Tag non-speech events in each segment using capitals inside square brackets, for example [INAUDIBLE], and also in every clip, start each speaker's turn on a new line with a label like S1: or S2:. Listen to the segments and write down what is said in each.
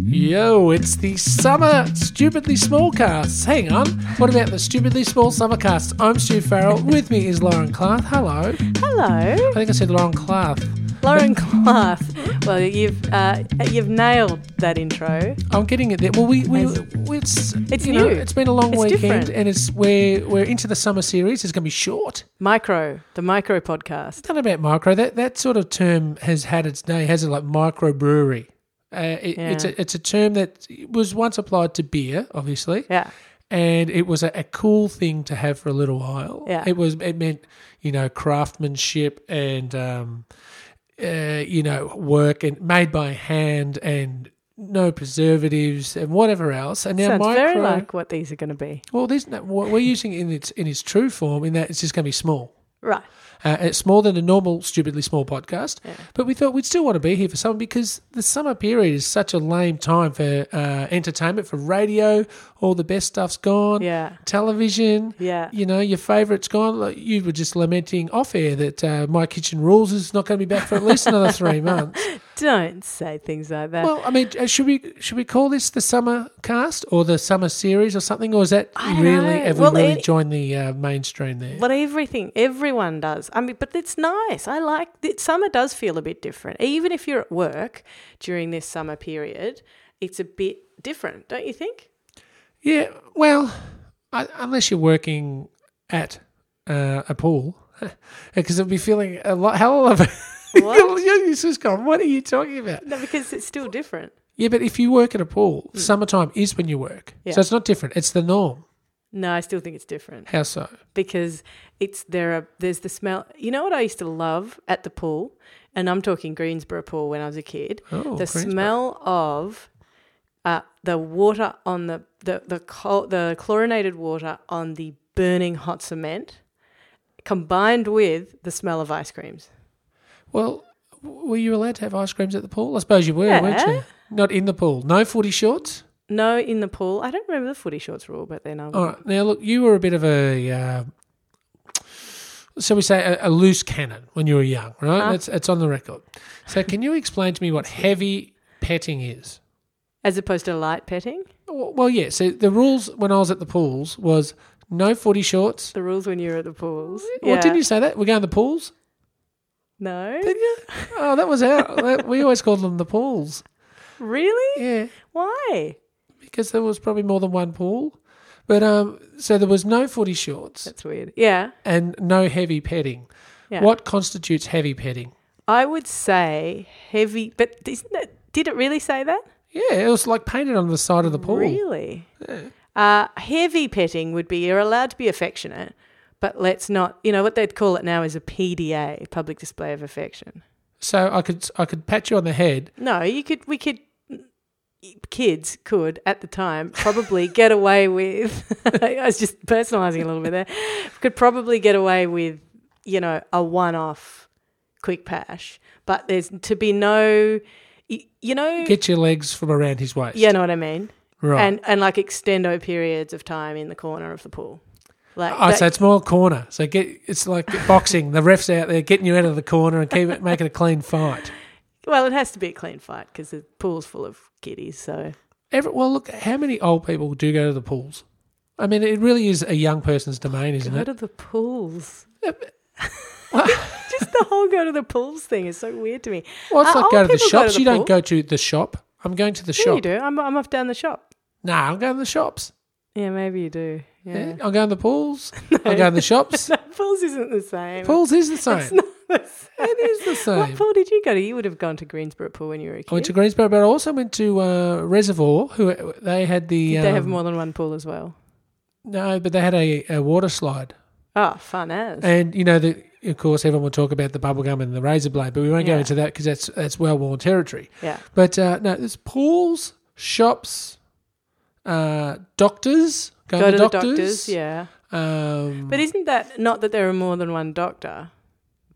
S1: Yo, it's the summer stupidly small cast. Hang on, what about the stupidly small summer cast? I'm Stu Farrell. With me is Lauren Clark. Hello. I
S2: Hello,
S1: think I said Lauren Clark.
S2: Lauren Clark. Well, you've uh, you've nailed that intro.
S1: I'm getting it there. Well, we, we
S2: Amazing.
S1: it's
S2: It's
S1: you know,
S2: new.
S1: it's been a long
S2: It's
S1: weekend,
S2: different.
S1: and it's we're we're into the summer series. It's going to be short.
S2: Micro, the micro podcast.
S1: It's not about micro. That that sort of term has had its day, has it? Like microbrewery. Uh, it, It's
S2: Yeah.
S1: a it's a term that was once applied to beer, obviously.
S2: Yeah,
S1: and it was a, a cool thing to have for a little while.
S2: Yeah.
S1: It was it meant you know craftsmanship and um, uh, you know work and made by hand and no preservatives and whatever else. And now
S2: sounds
S1: micro,
S2: very like what these are going to be.
S1: well, there's no, what we're using it in its in its true form in that it's just going to be small.
S2: Right.
S1: Uh, it's smaller than a normal, stupidly small podcast,
S2: Yeah.
S1: but we thought we'd still want to be here for summer because the summer period is such a lame time for uh, entertainment, for radio. All the best stuff's gone
S2: Yeah.
S1: television.
S2: Yeah.
S1: You know, your favourite's gone. Like, You were just lamenting off air that uh, My Kitchen Rules is not going to be back for at least another
S2: [LAUGHS]
S1: three months.
S2: Don't say things like that.
S1: Well, I mean, uh, should we should we call this the summer cast or the summer series or something? Or is that
S2: I don't
S1: really
S2: know.
S1: have
S2: Well,
S1: we really
S2: it-
S1: joined the uh, mainstream there?
S2: but everything, everyone does. I mean, but it's nice. I like it. Summer does feel a bit different. Even if you're at work during this summer period, it's a bit different, don't you think?
S1: Yeah. Well, I, unless you're working at uh, a pool, [LAUGHS] because it'll be feeling a lot hell of a.
S2: What?
S1: [LAUGHS] you just gone. What are you talking about?
S2: No, because it's still different.
S1: Yeah, but if you work at a pool, summertime is when you work.
S2: Hmm. Yeah.
S1: So it's not different. It's the norm.
S2: No, I still think it's different.
S1: How so?
S2: because it's there are there's the smell you know what I used to love at the pool and I'm talking Greensboro pool when I was a kid
S1: Oh,
S2: the
S1: Greensboro.
S2: smell of uh, the water on the the the, col- the chlorinated water on the burning hot cement combined with the smell of ice creams
S1: Well, w- were you allowed to have ice creams at the pool? I suppose you were, weren't you?
S2: Yeah.
S1: Not in the pool. No footy shorts.
S2: no in the pool I don't remember the footy shorts rule but then I
S1: All right. Now look, you were a bit of a, uh, shall we say, a, a loose cannon when you were young, right?
S2: Huh?
S1: That's it's on the record. So can you explain to me what heavy petting is?
S2: as opposed to light petting
S1: W- Well, yeah. So the rules when I was at the pools was no footy shorts.
S2: the rules when you're at the pools
S1: Well, didn't you say that? We're going to the pools.
S2: no
S1: Did you? Oh, that was our. we always called them the pools.
S2: really
S1: Yeah,
S2: why
S1: because there was probably more than one pool. But um, so there was no footy shorts
S2: that's weird yeah
S1: and no heavy petting.
S2: Yeah.
S1: What constitutes heavy petting?
S2: I would say heavy, but isn't it, did it really say that?
S1: Yeah, it was like painted on the side of the pool.
S2: Really? Uh, heavy petting would be you're allowed to be affectionate, but let's not, you know, what they'd call it now is a PDA, public display of affection.
S1: So I could I could pat you on the head.
S2: No, you could, we could, kids could at the time probably get away with, [LAUGHS] I was just personalizing a little bit there, could probably get away with, you know, a one off quick pash, but there's to be no, y- you know,
S1: Get your legs from around his waist.
S2: Yeah, know what I mean.
S1: right.
S2: And and like extendo periods of time in the corner of the pool. Like
S1: Oh,
S2: uh, that-
S1: so it's more corner. So get it's like boxing. The refs out there getting you out of the corner and keep it, making a clean fight.
S2: well, it has to be a clean fight because the pool's full of kiddies. So
S1: Every, well, look, how many old people do go to the pools? I mean, it really is a young person's domain, isn't
S2: go
S1: it?
S2: to the pools. [LAUGHS]
S1: Well,
S2: Just the whole go to the pools thing is so weird to me.
S1: well, it's
S2: Uh,
S1: like go
S2: old
S1: to the
S2: people go to
S1: shops.
S2: the
S1: you
S2: pool.
S1: don't go to the shop. I'm going to the
S2: Yeah, you
S1: shop.
S2: do. I'm I'm off down the shop.
S1: Nah, I'm going to the shops.
S2: Yeah, maybe you do. Yeah,
S1: I'm going to the
S2: [LAUGHS]
S1: pools. [LAUGHS] I'm going to the shops.
S2: pools isn't the same. [LAUGHS]
S1: Pools is the same.
S2: The same.
S1: It is the
S2: What
S1: same.
S2: pool did you go to? You would have gone to Greensboro Pool when you were a kid.
S1: I went to Greensboro, but I also went to uh, Reservoir. Who they had the
S2: Did they have
S1: um,
S2: more than one pool as well?
S1: no, but they had a, a water slide.
S2: Oh, fun as.
S1: And you know, the, of course, everyone will talk about the bubblegum and the razor blade, but we won't go
S2: Yeah.
S1: into that because that's that's well worn territory.
S2: yeah.
S1: But uh, no, there's pools, shops, uh, doctors. Go,
S2: Go
S1: to,
S2: to
S1: doctors.
S2: the doctors. Yeah.
S1: Um,
S2: But isn't that not that there are more than one doctor,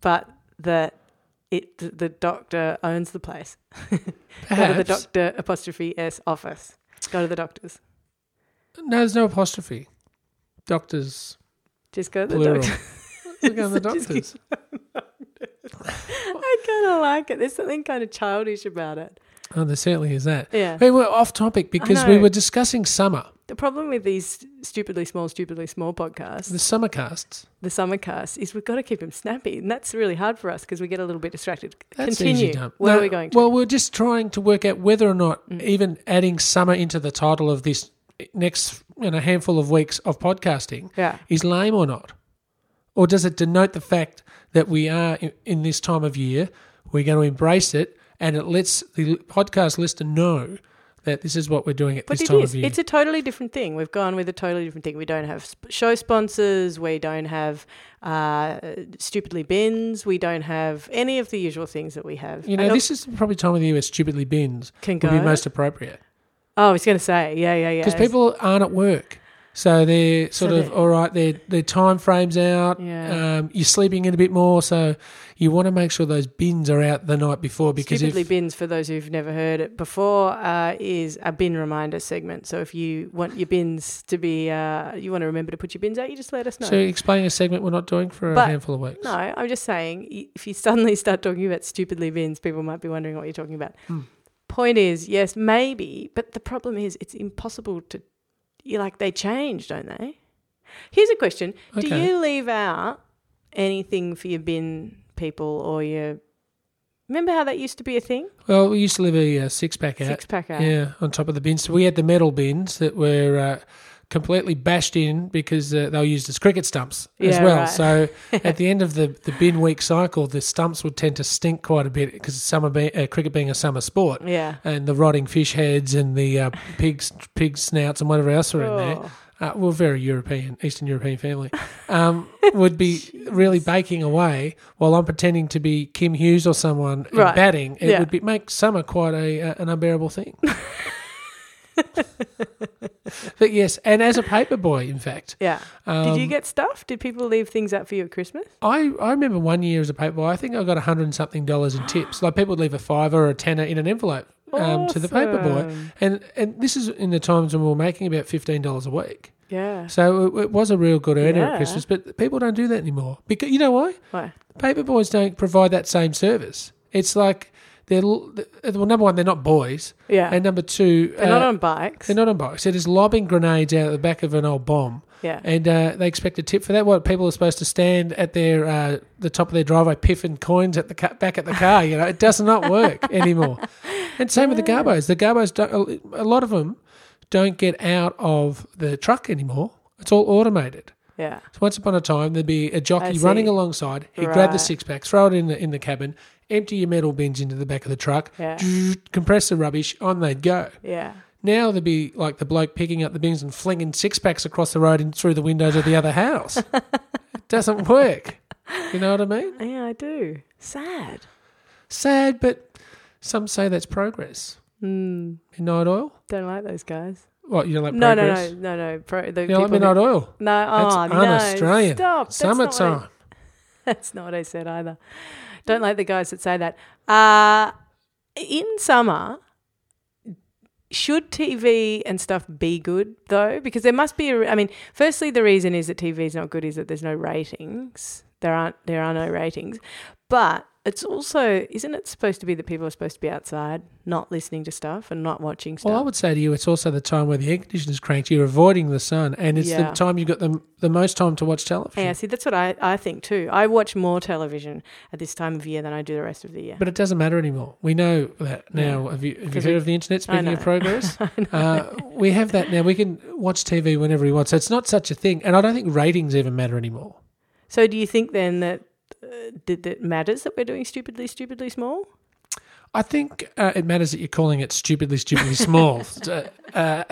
S2: but that it th- the doctor owns the place? Go to the
S1: perhaps-
S2: doctor apostrophe s office. Go to the doctors.
S1: No, there's no apostrophe. Doctors.
S2: Just go to the
S1: Plural.
S2: doctor. [LAUGHS]
S1: We're going to the
S2: Just keep-
S1: doctors.
S2: I kind of like it. There's something kind of childish about it.
S1: Oh, there certainly is that.
S2: Yeah.
S1: Hey, we're off topic because we
S2: know.
S1: were discussing summer,
S2: The problem with these stupidly small, stupidly small podcasts,
S1: the summer casts.
S2: the summer casts, is we've got to keep them snappy, and that's really hard for us because we get a little bit distracted.
S1: That's
S2: Continue.
S1: easy done.
S2: Where
S1: No,
S2: are we going? To? Mm.
S1: Well, we're just trying to work out whether or not even adding summer into the title of this next you know, handful of weeks of podcasting
S2: yeah.
S1: is lame or not? Or does it denote the fact that we are in, in this time of year, we're going to embrace it, and it lets the l- podcast listener know that this is what we're doing at
S2: But
S1: this
S2: it
S1: time
S2: is.
S1: of year?
S2: It's a totally different thing. We've gone with a totally different thing. We don't have sp- show sponsors. We don't have uh, stupidly bins. We don't have any of the usual things that we have.
S1: you know,
S2: And
S1: this is probably time of the year where stupidly bins
S2: can
S1: would be
S2: go.
S1: most appropriate
S2: oh, I was going to say, yeah, yeah, yeah.
S1: because people aren't at work. So they're sort
S2: So
S1: of
S2: they're-
S1: all right. Their their time frames out.
S2: Yeah.
S1: Um, you're sleeping in a bit more, so you want to make sure those bins are out the night before because
S2: Stupidly
S1: if,
S2: Bins, for those who've never heard it before, uh, is a bin reminder segment. So if you want your bins to be, uh, you want to remember to put your bins out, you just let us know.
S1: so explain a segment we're not doing for a
S2: But-
S1: handful of weeks.
S2: no, I'm just saying, y- if you suddenly start talking about Stupidly Bins, people might be wondering what you're talking about.
S1: Hmm.
S2: Point is, yes, maybe, but the problem is it's impossible to, you like, they change, don't they? Here's a question Do
S1: Okay.
S2: you leave out anything for your bin people or your. Remember how that used to be a thing?
S1: Well, we used to live a uh, six pack out.
S2: Six pack out.
S1: Yeah, on top of the bins. So we had the metal bins that were uh, completely bashed in because uh, they were used as cricket stumps as
S2: Yeah,
S1: well.
S2: right. [LAUGHS]
S1: So at the end of the, the bin week cycle, the stumps would tend to stink quite a bit because summer be- uh, cricket being a summer sport.
S2: Yeah.
S1: And the rotting fish heads and the uh, pigs, pig snouts and whatever else were in there.
S2: Oh.
S1: Uh, we're a very European, Eastern European family. Um, would
S2: [LAUGHS]
S1: be really baking away while I'm pretending to be Kim Hughes or someone and
S2: Right.
S1: batting. It
S2: Yeah.
S1: would be make summer quite a uh, an unbearable
S2: [LAUGHS]
S1: thing. But yes, and as a paper boy, in fact,
S2: Yeah.
S1: um,
S2: Did you get stuff? Did people leave things out for you at Christmas?
S1: I, I remember one year as a paper boy, I think I got a hundred and something dollars in tips. Like people would leave a fiver or a tenner in an envelope um, to the paper boy,
S2: Awesome.
S1: and and this is in the times when we were making about fifteen dollars a week.
S2: Yeah.
S1: So it, it was a real good earner at
S2: Yeah.
S1: Christmas, but people don't do that anymore because you know why?
S2: Why?
S1: Paper boys don't provide that same service. It's like they're l- well, number one, they're not boys,
S2: Yeah.
S1: and number two, uh,
S2: They're not on bikes.
S1: they're not on bikes. They're just lobbing grenades out of the back of an old bomb,
S2: yeah.
S1: and uh, they expect a tip for that. What people are supposed to stand at their uh, the top of their driveway, piffing coins at the ca- back at the car. You know, it does not
S2: [LAUGHS]
S1: work anymore. And same with the
S2: Yeah.
S1: garbos. The garbos, don't, a lot of them, don't get out of the truck anymore. It's all automated.
S2: Yeah.
S1: So once upon a time, there'd be a jockey
S2: see.
S1: running alongside. He'd grab the
S2: Right.
S1: six pack, throw it in the in the cabin, empty your metal bins into the back of the truck,
S2: Yeah.
S1: compress the rubbish, on they'd go.
S2: Yeah.
S1: Now there'd be like the bloke picking up the bins and flinging six packs across the road and through the windows of the other
S2: [LAUGHS]
S1: house. it doesn't work. You know what I mean?
S2: Yeah, I do. Sad.
S1: Sad, but some say that's progress.
S2: Mm,
S1: Midnight oil.
S2: don't like those guys.
S1: What you don't like
S2: No, no,
S1: progress?
S2: no, no, no. Pro, the
S1: You don't like
S2: people
S1: midnight
S2: who-
S1: oil.
S2: No,
S1: That's
S2: oh, no.
S1: un-Australian.
S2: Stop. That's not what I-
S1: Summertime.
S2: [LAUGHS] That's not what I said either. Don't like the guys that say that. Uh, in summer, should TV and stuff be good though? Because there must be. A, I mean, firstly, the reason is that TV is not good is that there's no ratings. There aren't. There are no ratings. But it's also isn't it supposed to be that people are supposed to be outside, not listening to stuff and not watching stuff?
S1: Well, I would say to you, it's also the time where the air conditioner's cranked. You're avoiding the sun, and it's
S2: Yeah.
S1: the time you've got the, the most time to watch television.
S2: yeah, see, that's what I, I think too. I watch more television at this time of year than I do the rest of the year.
S1: But it doesn't matter anymore. We know that now. Have you, have you
S2: 'Cause
S1: heard
S2: we-
S1: of the internet?
S2: [LAUGHS] I
S1: Speaking of
S2: know.
S1: progress, uh, we have that now. We can watch TV whenever we want. So it's not such a thing. And I don't think ratings even matter anymore.
S2: So do you think then that uh, that it matters that we're doing stupidly, stupidly small?
S1: I think uh, it matters that you're calling it stupidly,
S2: [LAUGHS]
S1: stupidly small. uh, uh,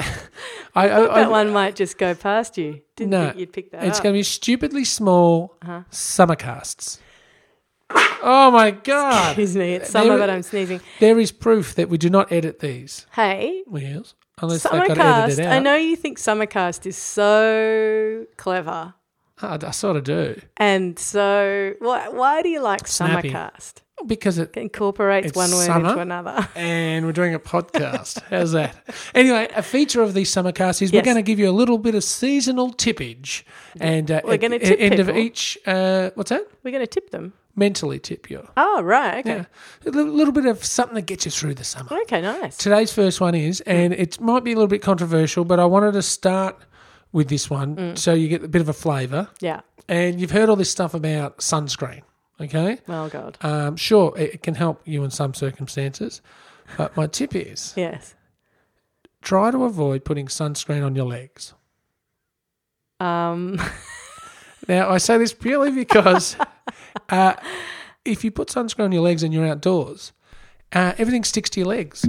S1: I, I, I,
S2: That one might just go past you. Didn't
S1: No,
S2: think you'd pick that
S1: it's
S2: up.
S1: going to be stupidly small
S2: uh, Uh-huh.
S1: summer casts. Oh my
S2: [LAUGHS]
S1: God.
S2: Excuse me, it's summer,
S1: There-
S2: but I'm sneezing.
S1: there is proof that we do not edit these.
S2: Hey,
S1: Yes. Unless they've got edited
S2: Summercast.
S1: out.
S2: I know you think Summercast is so clever,
S1: I, I sort of do.
S2: and so why why do you like
S1: Snappy.
S2: Summercast?
S1: Because it
S2: It incorporates
S1: It's
S2: one word
S1: summer.
S2: into another. [LAUGHS]
S1: and we're doing a podcast. How's that? Anyway, a feature of these summer casts is we're
S2: Yes.
S1: going to give you a little bit of seasonal tippage, and uh,
S2: We're
S1: at
S2: gonna
S1: the
S2: tip
S1: end of
S2: people.
S1: each. Uh, what's that?
S2: We're going to tip them.
S1: mentally tip you.
S2: Oh, right. Okay.
S1: Yeah, a li- little bit of something that gets you through the summer.
S2: Okay, nice.
S1: Today's first one is,
S2: Mm.
S1: and it might be a little bit controversial, but I wanted to start with this one
S2: Mm.
S1: so you get a bit of a flavour.
S2: Yeah.
S1: And you've heard all this stuff about sunscreen, okay?
S2: Oh, God.
S1: Um, sure, it it can help you in some circumstances, but my tip is
S2: Yes.
S1: try to avoid putting sunscreen on your legs.
S2: Um, [LAUGHS]
S1: Now, I say this purely because uh, if you put sunscreen on your legs and you're outdoors, uh, everything sticks to your legs.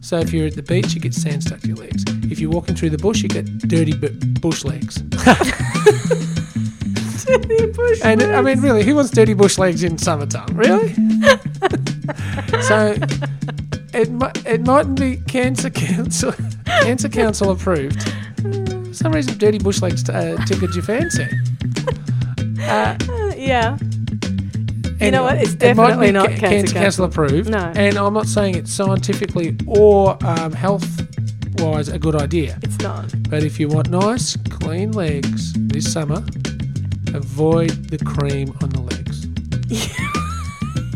S1: So if you're at the beach, you get sand stuck to your legs. If you're walking through the bush, you get dirty bu- bush legs. [LAUGHS] And I mean, really, who wants dirty bush legs in summertime? Really? so it mi- it mightn't be cancer council cancer council approved. For some reason, dirty bush legs uh, tickled your fancy. Uh,
S2: [LAUGHS] yeah.
S1: anyway,
S2: know what? It's
S1: it might
S2: definitely
S1: be
S2: not
S1: ca- cancer
S2: Cancer
S1: council approved.
S2: No.
S1: and I'm not saying it's scientifically or um, health wise a good idea.
S2: It's not.
S1: But if you want nice, clean legs this summer, avoid the cream on the legs.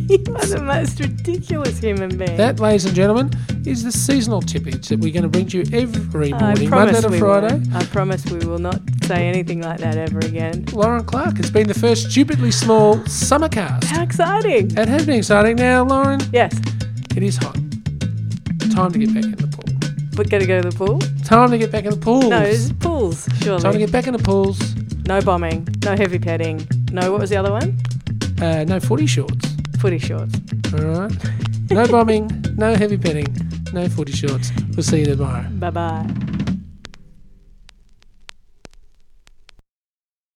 S2: You are the most ridiculous human being.
S1: That, ladies and gentlemen, is the seasonal tippage that we're going to bring to you every
S2: I
S1: morning, Monday
S2: promise
S1: to
S2: we
S1: Friday.
S2: Will. I promise we will not say anything like that ever again.
S1: Lauren Clark has been the first stupidly small summer cast.
S2: How exciting!
S1: It has been exciting. Now, Lauren,
S2: Yes,
S1: it is hot. Time to get back in the pool.
S2: we're gonna go to the pool.
S1: Time to get back in the pools.
S2: No, it's pools. Surely.
S1: Time to get back in the pools.
S2: no bombing. No heavy petting. No. What was the other one?
S1: Uh, no footy shorts.
S2: Footy shorts.
S1: All right. No bombing. no heavy petting. No footy shorts. We'll see you tomorrow.
S2: Bye bye.